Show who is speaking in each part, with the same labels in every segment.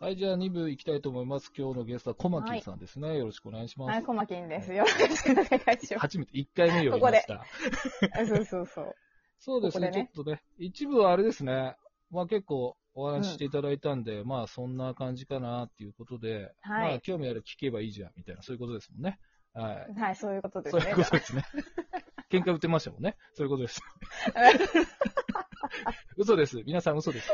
Speaker 1: はい、じゃあ2部行きたいと思います。今日のゲストは小牧さんですね。よろしくお願いします。
Speaker 2: はい、小牧です。よろしくお願いしま
Speaker 1: 初めて1回目呼びました。
Speaker 2: す。そうそうそう。
Speaker 1: そうですね
Speaker 2: ここでね
Speaker 1: ちょっとね、一部はあれですね、まあ結構お話ししていただいたんで、まあそんな感じかなっていうことで、
Speaker 2: はい
Speaker 1: まあ興味ある聞けばいいじゃんみたいな、そういうことですもんね。は
Speaker 2: はい、そういうこと
Speaker 1: い。
Speaker 2: です
Speaker 1: そうい
Speaker 2: ね
Speaker 1: う。ことです ね。喧嘩売ってましたもんね。そういうことです。嘘です。皆さん嘘です。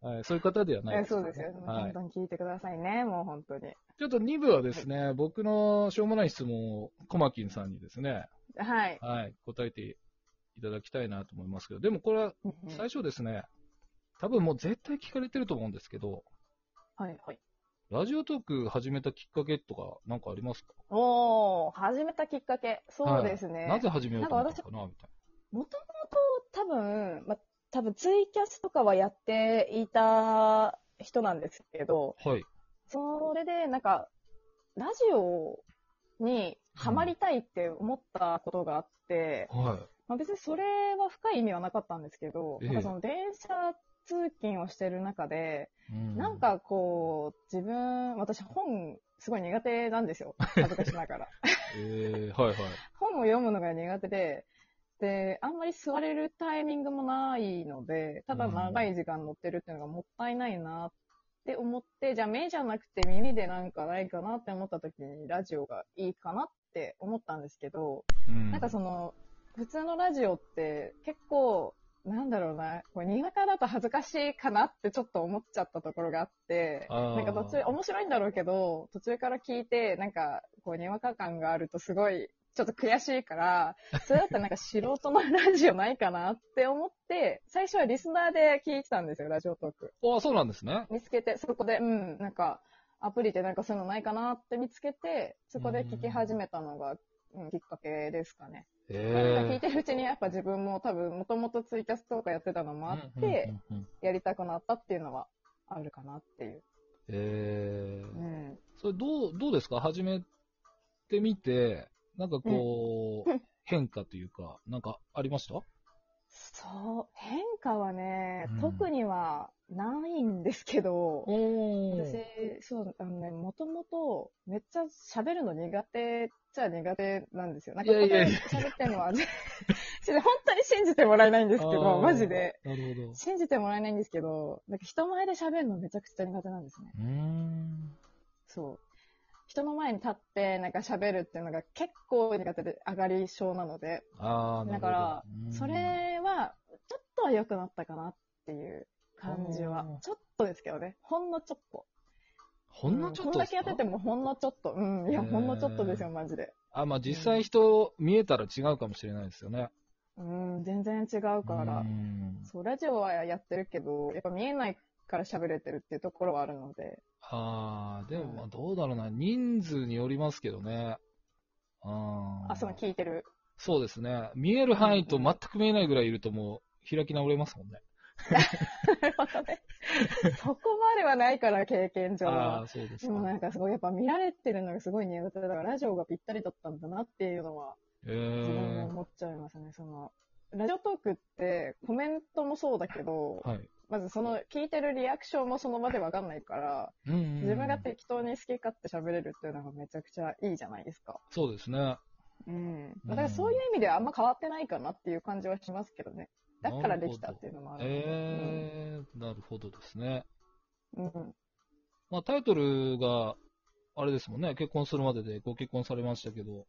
Speaker 1: はい、そういう方ではない
Speaker 2: えそうですよ。
Speaker 1: は
Speaker 2: どん
Speaker 1: い。
Speaker 2: どん聞いてくださいね、もう本当に。
Speaker 1: ちょっと2部はですね、僕のしょうもない質問をコマキンさんにですね、
Speaker 2: はい。
Speaker 1: はい、答えていただきたいなと思いますけど、でもこれは最初ですね、多分もう絶対聞かれてると思うんですけど、
Speaker 2: はい、はい。
Speaker 1: ラジオトーク始めたきっかけとか、なんかありますか
Speaker 2: おー、始めたきっかけ。そうですね。
Speaker 1: なぜ始めようと思ったのかなみたい
Speaker 2: もともと多分、ま、多分ツイキャスとかはやっていた人なんですけど、
Speaker 1: な。はい。
Speaker 2: それでなんか、ラジオにハマりたいって思ったことがあって、
Speaker 1: は
Speaker 2: まあ、別にそれは深い意味はなかったんですけど、
Speaker 1: ええ
Speaker 2: なんかその電車通勤をしてる中で、
Speaker 1: い。う
Speaker 2: なん、かこう、自分、私本すごい苦手なんで すよ。恥ずかしながら。
Speaker 1: えー、はいはい。
Speaker 2: 本を読むのが苦手で、で、あんまり座れるタイミングもないので、ただ長い時間乗ってるっていうのがもったいないなって思って、じゃあ目じゃなくて耳でなんかないかなって思った時にラジオがいいかなって思ったんですけど、
Speaker 1: うん
Speaker 2: なんかその、普通のラジオって結構、なんだろうな、これ苦手だと恥ずかしいかなってちょっと思っちゃったところがあって、
Speaker 1: あー
Speaker 2: なんか途中、面白いんだろうけど、途中から聞いて、なんか、こう、にわか感があるとすごい、ちょっと悔し いから、それだったらなんか素人のラジオないかなって思って、最初はリスナーで聞いてたんですよ、ラジオトーク。
Speaker 1: あ、そうなんですね。
Speaker 2: 見つけて、そこで、うん、なんか、アプリでなんかそういうのないかなって見つけて、そこで聞き始めたのが、うん、きっかけですかね。なんか聞い
Speaker 1: え
Speaker 2: てるうちに、やっぱ自分も多分、もともとツイキャスとかやってたの
Speaker 1: ー。
Speaker 2: もあって、
Speaker 1: うんうんうんうん
Speaker 2: やりたくなったっていうのはあるかなっていう。
Speaker 1: え
Speaker 2: う
Speaker 1: ー、
Speaker 2: ん。
Speaker 1: それどう、どうですか始めてみて、なんかこう、
Speaker 2: うん
Speaker 1: 変化というか、なんかありました
Speaker 2: そう、変化はね、
Speaker 1: うん
Speaker 2: 特にはないんですけど、
Speaker 1: お
Speaker 2: 私、そう、あのね、もともと、めっちゃ喋るの苦手っちゃ苦手なんですよ。なんか、
Speaker 1: いやいやいや
Speaker 2: 喋ってるのは、 ちょっと本当に信じてもらえないんですけど、マジで。。
Speaker 1: なるほど。
Speaker 2: 信じてもらえないんですけど、なんか人前で喋るのめちゃくちゃ苦手なんですね。
Speaker 1: うーん。
Speaker 2: そう。人の前に立って、なんか喋るっていうのが結構苦手で上がり症なので、
Speaker 1: ああ、なるほど
Speaker 2: だから、
Speaker 1: うん
Speaker 2: そ、れは、ちょっとは良くなったかなっていう感じは
Speaker 1: おー。
Speaker 2: ちょっとですけどね。ほんのちょっと。
Speaker 1: ほんのちょっと
Speaker 2: うこんだけやっててもほんのちょっと。うん。いや、
Speaker 1: へー
Speaker 2: ほんのちょっとですよ、マジで。
Speaker 1: あ、まあ実際人見えたら違うかもしれないですよね。
Speaker 2: うん、全然違うから。
Speaker 1: うん
Speaker 2: そう、ラジオはやってるけど、やっぱ見えないから喋れてるっていうところはあるので。
Speaker 1: ああ、でもまあどうだろうな。人数によりますけどね。あー
Speaker 2: あ、その聞い てる。
Speaker 1: そうですね。見える範囲と全く見えないぐらいいるともう開き直れますもんね。
Speaker 2: なるほどねそこまではないから、経験上は
Speaker 1: ああ。ー、そうです
Speaker 2: でもな
Speaker 1: か。
Speaker 2: んかすごい、やっぱ見られてるのがすごい苦手だから、ラジオがぴったりだったんだなっていうのは、
Speaker 1: え
Speaker 2: 自分も
Speaker 1: ー、
Speaker 2: 思っちゃいますね。その、ラジオトークってコメントもそうだけど、
Speaker 1: はい。
Speaker 2: まずその聞いてるリアクションもその場でわかんないから、
Speaker 1: うんうんうん
Speaker 2: 自分が適当に好き勝手喋れるっていうのがめちゃくちゃいいじゃないですか。
Speaker 1: そうですね。
Speaker 2: うん。だからそういう意味ではあんま変わってないかなっていう感じはしますけどね。だからできたっていうのもある。
Speaker 1: えー、なるほどですね。
Speaker 2: うん。
Speaker 1: まあタイトルが、あれですもんね。結婚するまででご結婚されましたけど。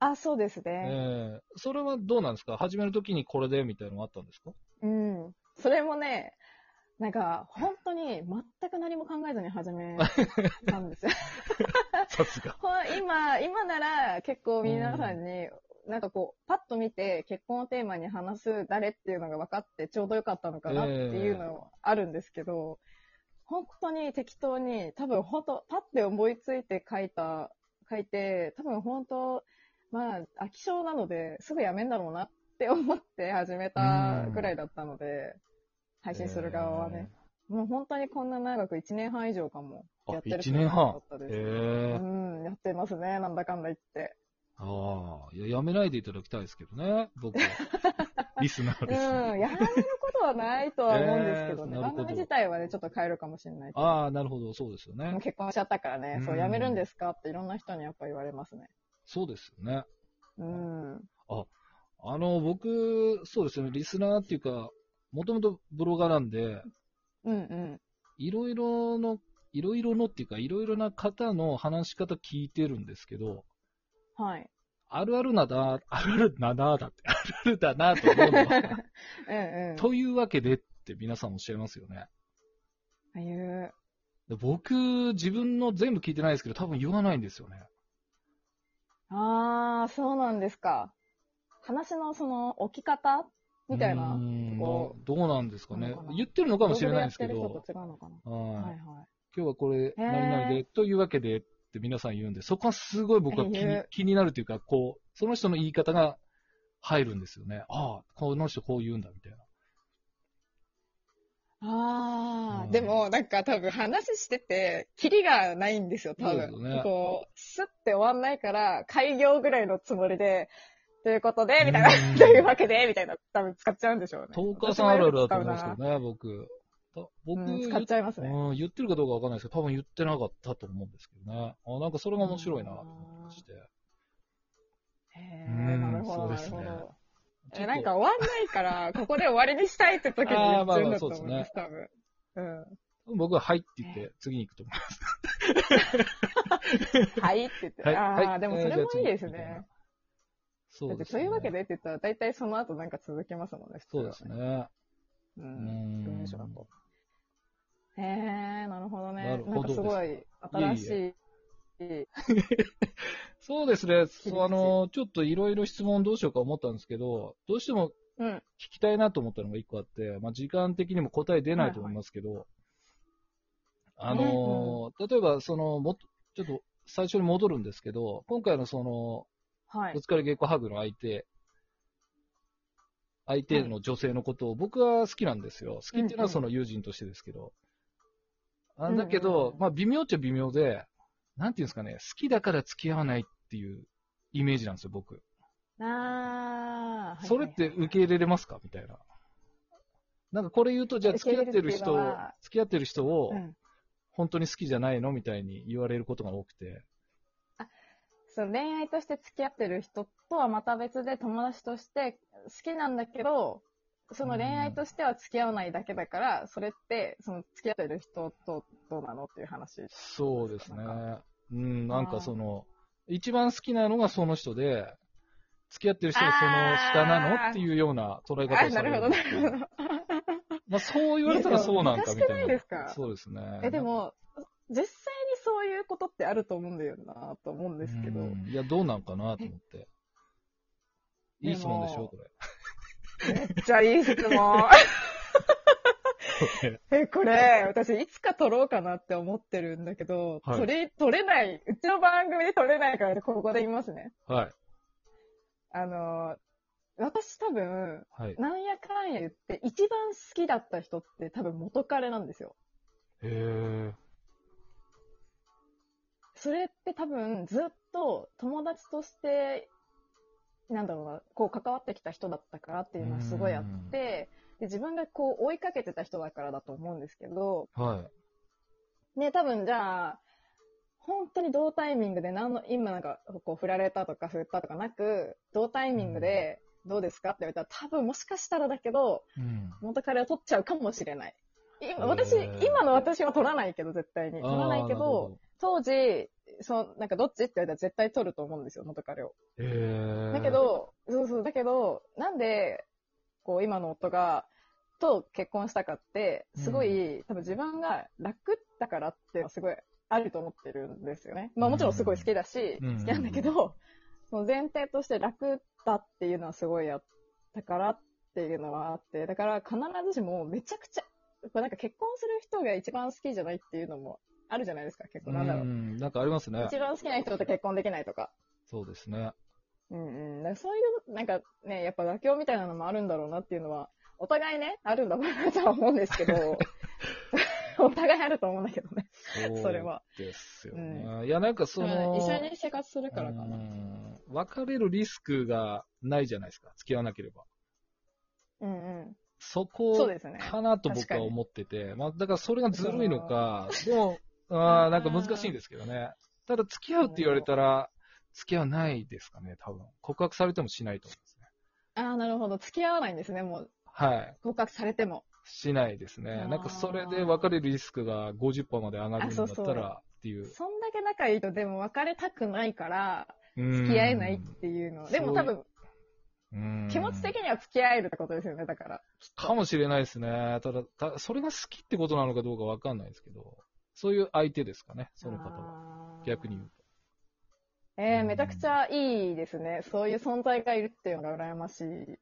Speaker 2: あ、そうですね。
Speaker 1: ええそれはどうなんですか始めるときにこれでみたいなのがあったんですか
Speaker 2: うん。それもね、なんか、本当に全く何も考えずに始めたんですよ。
Speaker 1: さすが。
Speaker 2: ほん今、今なら結構皆さんに、なんかこう、パッと見て結婚をテーマに話す誰っていうのが分かってちょうどよかったのかなっていうのあるんですけど、本当に適当に、多分本当、パッて思いついて書いた、書いて、多分本当、まあ、飽き性なので、すぐやめんだろうなって思って始めたぐらいだったので、 配信する側はね。もう本当にこんな長く1年半以上かも。
Speaker 1: あ
Speaker 2: やってる
Speaker 1: 一年半
Speaker 2: だった
Speaker 1: え
Speaker 2: で
Speaker 1: え
Speaker 2: す。
Speaker 1: ええ
Speaker 2: うん、やってますね、なんだかんだ言って。
Speaker 1: ああ、いや、やめないでいただきたいですけどね、僕 は。リスナー
Speaker 2: うん、
Speaker 1: です、
Speaker 2: やめることはないとは思うんですけど
Speaker 1: え
Speaker 2: ね。
Speaker 1: ーなるほ
Speaker 2: 番
Speaker 1: ど
Speaker 2: 組自体はね、ちょっと変えるかもしれないけど。
Speaker 1: ああ、なるほど、そうですよ
Speaker 2: も
Speaker 1: ね
Speaker 2: う。結婚しちゃったからね、そうう、
Speaker 1: ん
Speaker 2: やめるんですかっていろんな人にやっぱ言われますね。
Speaker 1: そうですよね。
Speaker 2: うん。
Speaker 1: あの、僕、そうですね、リスナーっていうか、もともとブロガーなんで、
Speaker 2: うんうん。
Speaker 1: いろいろの、いろいろのっていうか、いろいろな方の話し方聞いてるんですけど、
Speaker 2: はい。
Speaker 1: あるあるなだ、あるあるなだだって、あるあるだなと思うの は、
Speaker 2: うんうん。
Speaker 1: というわけでって皆さんおっしゃいますよね。
Speaker 2: ああいう、
Speaker 1: で僕、自分の全部聞いてないですけど、多分言わないんですよね。
Speaker 2: ああ、そうなんですか。話のその置き方みたい
Speaker 1: ー
Speaker 2: うな。
Speaker 1: ん
Speaker 2: とこ
Speaker 1: どうなんですかね
Speaker 2: なのか。な
Speaker 1: 言ってるのかもしれないんですけど、
Speaker 2: ブログでやってる人と違うのかな。
Speaker 1: はい
Speaker 2: はいは
Speaker 1: 今日はこれ、
Speaker 2: ー
Speaker 1: 何々で、というわけでって皆さん言うんで、そこはすごい僕は気
Speaker 2: 言
Speaker 1: に
Speaker 2: う
Speaker 1: 気になるというか、こう、その人の言い方が入るんですよね。ああ、この人こう言うんだ、みたいな。
Speaker 2: い。ああ、
Speaker 1: うん
Speaker 2: でもなんか多分話してて、キリがないんですよ、多
Speaker 1: そ
Speaker 2: 分。
Speaker 1: うですよね
Speaker 2: こう、スッて終わんないから、開業ぐらいのつもりで、ということで、みたいな
Speaker 1: うん、
Speaker 2: というわけで、みたいな、多分使っちゃうんでしょうね。
Speaker 1: トーカーさんあるあるだと思うんです
Speaker 2: 私もよく使うな
Speaker 1: けどね、僕。た僕、
Speaker 2: うん、
Speaker 1: 言
Speaker 2: 使っちゃいますね。
Speaker 1: うん、言ってるかどうかわかんないですけど、多分言ってなかったと思うんですけどね。あなんかそれが面白いな、と思ってして。
Speaker 2: へ
Speaker 1: う
Speaker 2: え、
Speaker 1: ん
Speaker 2: なる
Speaker 1: そ
Speaker 2: ほど、
Speaker 1: うで
Speaker 2: な
Speaker 1: す
Speaker 2: る
Speaker 1: ね
Speaker 2: ほど。
Speaker 1: ちょ
Speaker 2: え、
Speaker 1: っと
Speaker 2: なんか終わんないから、ここで終わりにしたいって時に言ってるんだと思います、多分。うん。
Speaker 1: 僕ははいって言って、次に行くと思います。
Speaker 2: はいって言って。
Speaker 1: はい
Speaker 2: あ
Speaker 1: は
Speaker 2: あ、
Speaker 1: い
Speaker 2: でもそれもいいですね。
Speaker 1: そ
Speaker 2: だ
Speaker 1: う
Speaker 2: っ
Speaker 1: で
Speaker 2: て
Speaker 1: す
Speaker 2: と
Speaker 1: ね。
Speaker 2: いうわけでって言ったら、大体その後なんか続きますもんね、普通
Speaker 1: そ
Speaker 2: は
Speaker 1: うです。ね。
Speaker 2: う。
Speaker 1: うんん
Speaker 2: 文。章だと。へえ、なるほど
Speaker 1: な
Speaker 2: ね
Speaker 1: る。ほ
Speaker 2: な
Speaker 1: ど
Speaker 2: んかすごい新しい。
Speaker 1: そうですね。そ
Speaker 2: 切り
Speaker 1: う
Speaker 2: 口
Speaker 1: あの、ちょっといろいろ質問どうしようか思ったんですけど、どうしても
Speaker 2: うん。
Speaker 1: 聞きたいなと思ったのが一個あって、まあ、時間的にも答え出ないと思いますけど、あの、例えば、その、もっと、ちょっと最初に戻るんですけど、今回のその、
Speaker 2: はい
Speaker 1: ぶ。つかり稽古ハグの相手、相手の女性のことを僕は好きなんですよ。好きっていうの
Speaker 2: うんう
Speaker 1: は
Speaker 2: ん
Speaker 1: その友人としてですけど。あ
Speaker 2: うんうん
Speaker 1: だけど、まあ微妙っちゃ微妙で、なんていうんですかね、好きだから付き合わないっていうイメージなんですよ、僕。
Speaker 2: ああ。
Speaker 1: それって受け入れれますかみたいな。なんかこれ言うと、じゃあ付き合ってる人を
Speaker 2: 受け入れるっていうのは、
Speaker 1: 付き合ってる人を
Speaker 2: うん。
Speaker 1: 本当に好きじゃないのみたいに言われることが多くて。
Speaker 2: そう、恋愛として付き合ってる人とはまた別で友達として好きなんだけど、その恋愛としては付き合わないだけだから、それって、その付き合ってる人とどうなのっていう話。
Speaker 1: そうですね
Speaker 2: なん。
Speaker 1: うん、なんかその、一番好きなのがその人で、付き合ってる人がその下な
Speaker 2: あ
Speaker 1: の
Speaker 2: ー
Speaker 1: っていうような捉え方
Speaker 2: あ、
Speaker 1: をさ
Speaker 2: な
Speaker 1: れ
Speaker 2: る
Speaker 1: る
Speaker 2: ほど、
Speaker 1: ん
Speaker 2: な
Speaker 1: ですよ
Speaker 2: るほど。
Speaker 1: まあそう言われたらそうなんかみたいな
Speaker 2: いやでもおかしくないですか
Speaker 1: そうですね。
Speaker 2: え、でも、実際にそういうことってあると思うんだよなと思うんですけど
Speaker 1: う。んいや、どうなんかなと思って。
Speaker 2: え
Speaker 1: いい質問でし
Speaker 2: で
Speaker 1: ょ、
Speaker 2: も
Speaker 1: これ。
Speaker 2: じゃあ、いい質問。 え、これ、私、いつか撮ろうかなって思ってるんだけど、
Speaker 1: はい
Speaker 2: 撮れ、撮れない、うちの番組で撮れないから、ここで言いますね。
Speaker 1: はい。
Speaker 2: あの、私多分、
Speaker 1: はい。
Speaker 2: なんやかんや言って、一番好きだった人って多分元彼なんですよ。
Speaker 1: へえ。
Speaker 2: それって多分ずっと友達として、なんだろうな、こう関わってきた人だったからっていうのはすごいあって、で自分がこう追いかけてた人だからだと思うんですけど、
Speaker 1: は
Speaker 2: ね、多分じゃあ、本当に同タイミングで何の、今なんかこう振られたとか振ったとかなく、同タイミングでどうですかって言われたら多分もしかしたらだけど、
Speaker 1: い。うん。
Speaker 2: 元彼を取っちゃうかもしれない。今、
Speaker 1: へー
Speaker 2: 私、今の私は取らないけど、絶対に。取らないけ
Speaker 1: あー
Speaker 2: ど、。当時、そう、なんかどっちって言われたら絶対取ると思うんですよ、元彼を。
Speaker 1: へえ。
Speaker 2: だけ、ど、そうそう、だけど、なんで、こう、今の夫が、と結婚したかって、すごい、多分自分が楽だからって、すごい、あると思ってるんですよね。まあもちろんすごい好きだし、
Speaker 1: うん
Speaker 2: 好きなんだけど、その前提として楽だっていうのはすごいあったからっていうのはあって、だから必ずしもめちゃくちゃ、これなんか結婚する人が一番好きじゃないっていうのもあるじゃないですか、結
Speaker 1: う
Speaker 2: 構なんだろう。
Speaker 1: ん、なんかありますね
Speaker 2: 一。番好きな人と結婚できないとか。
Speaker 1: そうですね。
Speaker 2: うんうん。だからそういう、なんかね、やっぱ妥協みたいな のもあるんだろうなっていうのは、お互いね、あるんだろうなとは思うんですけど、お互いあると思うんだけどね。それは。
Speaker 1: ですよね。いや、なんかその、
Speaker 2: 一緒に生活するからか
Speaker 1: う
Speaker 2: な。
Speaker 1: ん別れるリスクがないじゃないですか、付き合わなければ。
Speaker 2: うんうん。
Speaker 1: そ
Speaker 2: そう
Speaker 1: こ
Speaker 2: ですね。
Speaker 1: かなと僕
Speaker 2: 確か
Speaker 1: は
Speaker 2: に
Speaker 1: 思ってて、まあ、だからそれがずるいのか、でも、あーなんか難しいんですけどね。ただ、付き合うって言われたら、付き合わないですかね、多分告白されてもしないと思うんですね。
Speaker 2: ああ、なるほど。付き合わないんですね、もう。
Speaker 1: はい。
Speaker 2: 合格されても。
Speaker 1: しないですね
Speaker 2: あ。ー
Speaker 1: なんかそれで別れるリスクが50%まで上がるんだった
Speaker 2: あそうそ
Speaker 1: らっていう。
Speaker 2: そんだけ仲いいと、でも別れたくないから、
Speaker 1: うん
Speaker 2: 付き合えないっていうのは。でも多分、
Speaker 1: うん
Speaker 2: 気持ち的には付き合えるってことですよね、だから。
Speaker 1: かもしれないですね。ただ、たそれが好きってことなのかどうかわかんないですけど、そういう相手ですかね、その方は。
Speaker 2: は
Speaker 1: 逆に言う
Speaker 2: えー、めちゃくちゃいいですね。そういう存在がいるっていうのが羨ましい。
Speaker 1: と。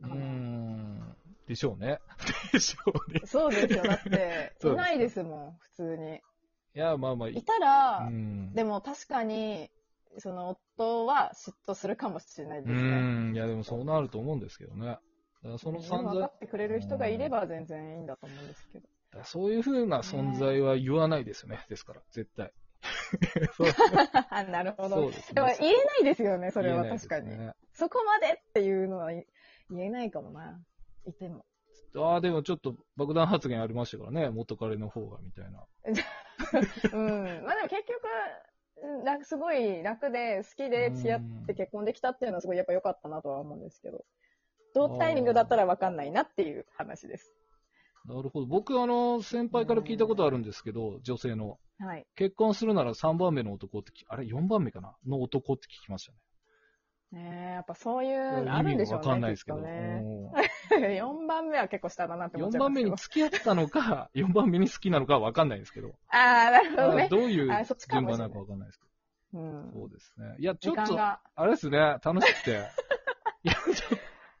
Speaker 1: う
Speaker 2: か
Speaker 1: ー。
Speaker 2: なん
Speaker 1: でしょうね。 でしょうね。
Speaker 2: そうですよ。だって、
Speaker 1: そうです
Speaker 2: いないですもん、普通に。
Speaker 1: いや、まあまあ、
Speaker 2: いたら
Speaker 1: う、ん。
Speaker 2: でも確かに、その夫は嫉妬するかもしれないで
Speaker 1: う
Speaker 2: すね。
Speaker 1: ん。いや、でもそうなると思うんですけどね。だからその
Speaker 2: で
Speaker 1: 散
Speaker 2: も分か
Speaker 1: 々、
Speaker 2: ってくれる人がいれば全然いいんだと思うんですけど。
Speaker 1: そういうふうな存在は言わないですよね。ですから、絶対。そう
Speaker 2: なるほ
Speaker 1: そう
Speaker 2: ど。
Speaker 1: です
Speaker 2: でも
Speaker 1: ね。
Speaker 2: 言えないですよね、それは
Speaker 1: 言えないで
Speaker 2: 確
Speaker 1: す
Speaker 2: か
Speaker 1: ね
Speaker 2: に。そこまでっていうのは言えないかもな。いても。
Speaker 1: ああ、でもちょっと爆弾発言ありましたからね、元彼の方がみたいな。
Speaker 2: うん。まあでも結局、うん楽すごい楽で、好きで
Speaker 1: うん
Speaker 2: 付き合って結婚できたっていうのはすごいやっぱ良かったなとは思うんですけど。同タイミングだったら分かんないなっていう話です。
Speaker 1: なるほど。僕、あの、先輩から聞いたことあるんですけど、女性の。
Speaker 2: はい。
Speaker 1: 結婚するなら3番目の男ってき、あれ ?4 番目かなの男って聞きましたね。
Speaker 2: ねえ、やっぱそういうのあ
Speaker 1: 意
Speaker 2: るん
Speaker 1: 味
Speaker 2: で
Speaker 1: が
Speaker 2: しょ
Speaker 1: わ
Speaker 2: う
Speaker 1: かんない
Speaker 2: ね。
Speaker 1: ですけど。
Speaker 2: きっと ね
Speaker 1: うん
Speaker 2: 4番目は結構下だなって思っ
Speaker 1: 4
Speaker 2: ちゃい
Speaker 1: 番
Speaker 2: ます
Speaker 1: 目
Speaker 2: けど
Speaker 1: に付き合ったのか、4番 目に好きなのかはわかんないですけど、
Speaker 2: ああ、なるほどね。
Speaker 1: どういう
Speaker 2: あそっちか
Speaker 1: 順
Speaker 2: もしれな
Speaker 1: 番な
Speaker 2: い
Speaker 1: のかわかんないですけ
Speaker 2: う
Speaker 1: ど、
Speaker 2: ん
Speaker 1: そうですね。いや、ちょ
Speaker 2: 時
Speaker 1: っ
Speaker 2: 間
Speaker 1: と、
Speaker 2: が。
Speaker 1: あれですね、楽しくて。いや、ちょっと、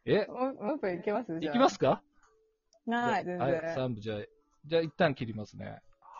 Speaker 1: え、
Speaker 2: ももっといけます
Speaker 1: いきますか
Speaker 2: はい、全
Speaker 1: はい、
Speaker 2: 然。
Speaker 1: 3部じゃあ、じゃあ一旦切りますね。